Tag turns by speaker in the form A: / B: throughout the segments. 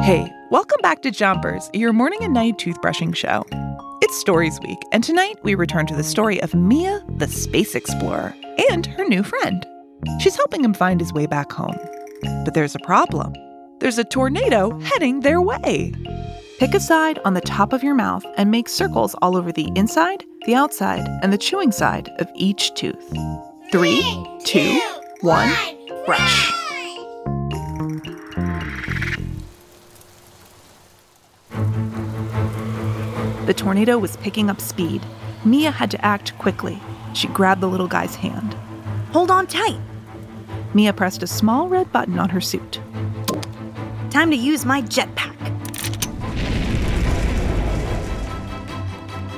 A: Hey, welcome back to Jumpers, your morning and night toothbrushing show. It's Stories Week, and tonight we return to the story of Mia, the space explorer, and her new friend. She's helping him find his way back home. But there's a problem there's a tornado heading their way. Pick a side on the top of your mouth and make circles all over the inside, the outside, and the chewing side of each tooth. Three, two, one, brush. The tornado was picking up speed. Mia had to act quickly. She grabbed the little guy's hand.
B: Hold on tight.
A: Mia pressed a small red button on her suit.
B: Time to use my jetpack.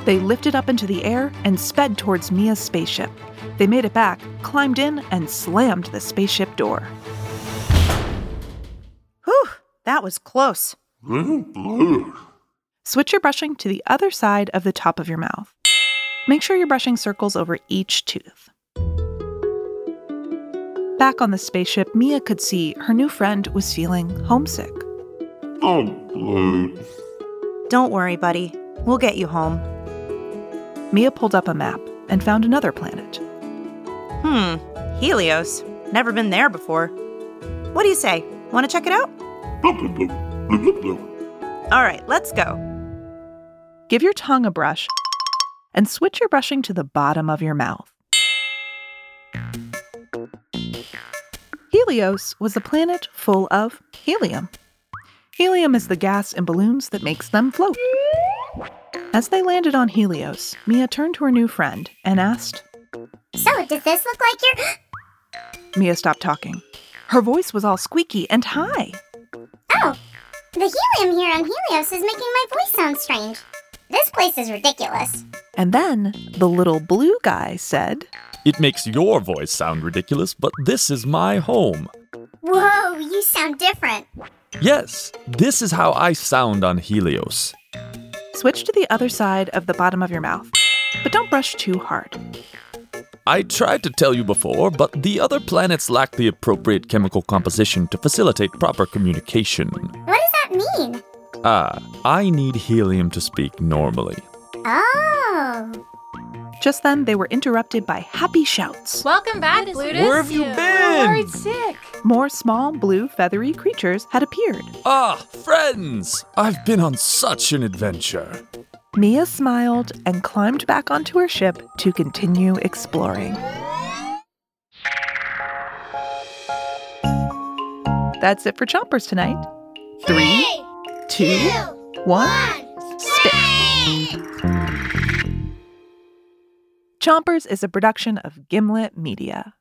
A: They lifted up into the air and sped towards Mia's spaceship. They made it back, climbed in, and slammed the spaceship door.
B: Whew, that was close.
A: Switch your brushing to the other side of the top of your mouth. Make sure you're brushing circles over each tooth. Back on the spaceship, Mia could see her new friend was feeling homesick.
B: Don't worry, buddy. We'll get you home.
A: Mia pulled up a map and found another planet.
B: Hmm, Helios. Never been there before. What do you say? Want to check it out? All right, let's go.
A: Give your tongue a brush and switch your brushing to the bottom of your mouth. Helios was a planet full of helium. Helium is the gas in balloons that makes them float. As they landed on Helios, Mia turned to her new friend and asked,
C: So, does this look like your.
A: Mia stopped talking. Her voice was all squeaky and high.
C: Oh! The helium here on Helios is making my voice sound strange. This place is ridiculous.
A: And then the little blue guy said,
D: It makes your voice sound ridiculous, but this is my home.
C: Whoa, you sound different.
D: Yes, this is how I sound on Helios.
A: Switch to the other side of the bottom of your mouth, but don't brush too hard.
D: I tried to tell you before, but the other planets lack the appropriate chemical composition to facilitate proper communication.
C: What does that mean?
D: Ah, I need helium to speak normally.
C: Oh!
A: Just then, they were interrupted by happy shouts.
E: Welcome back, Plutus.
D: Where have you been?
E: worried sick.
A: More small, blue, feathery creatures had appeared.
D: Ah, friends! I've been on such an adventure.
A: Mia smiled and climbed back onto her ship to continue exploring. That's it for Chompers tonight. Three, two, one, spit. Chompers is a production of Gimlet Media.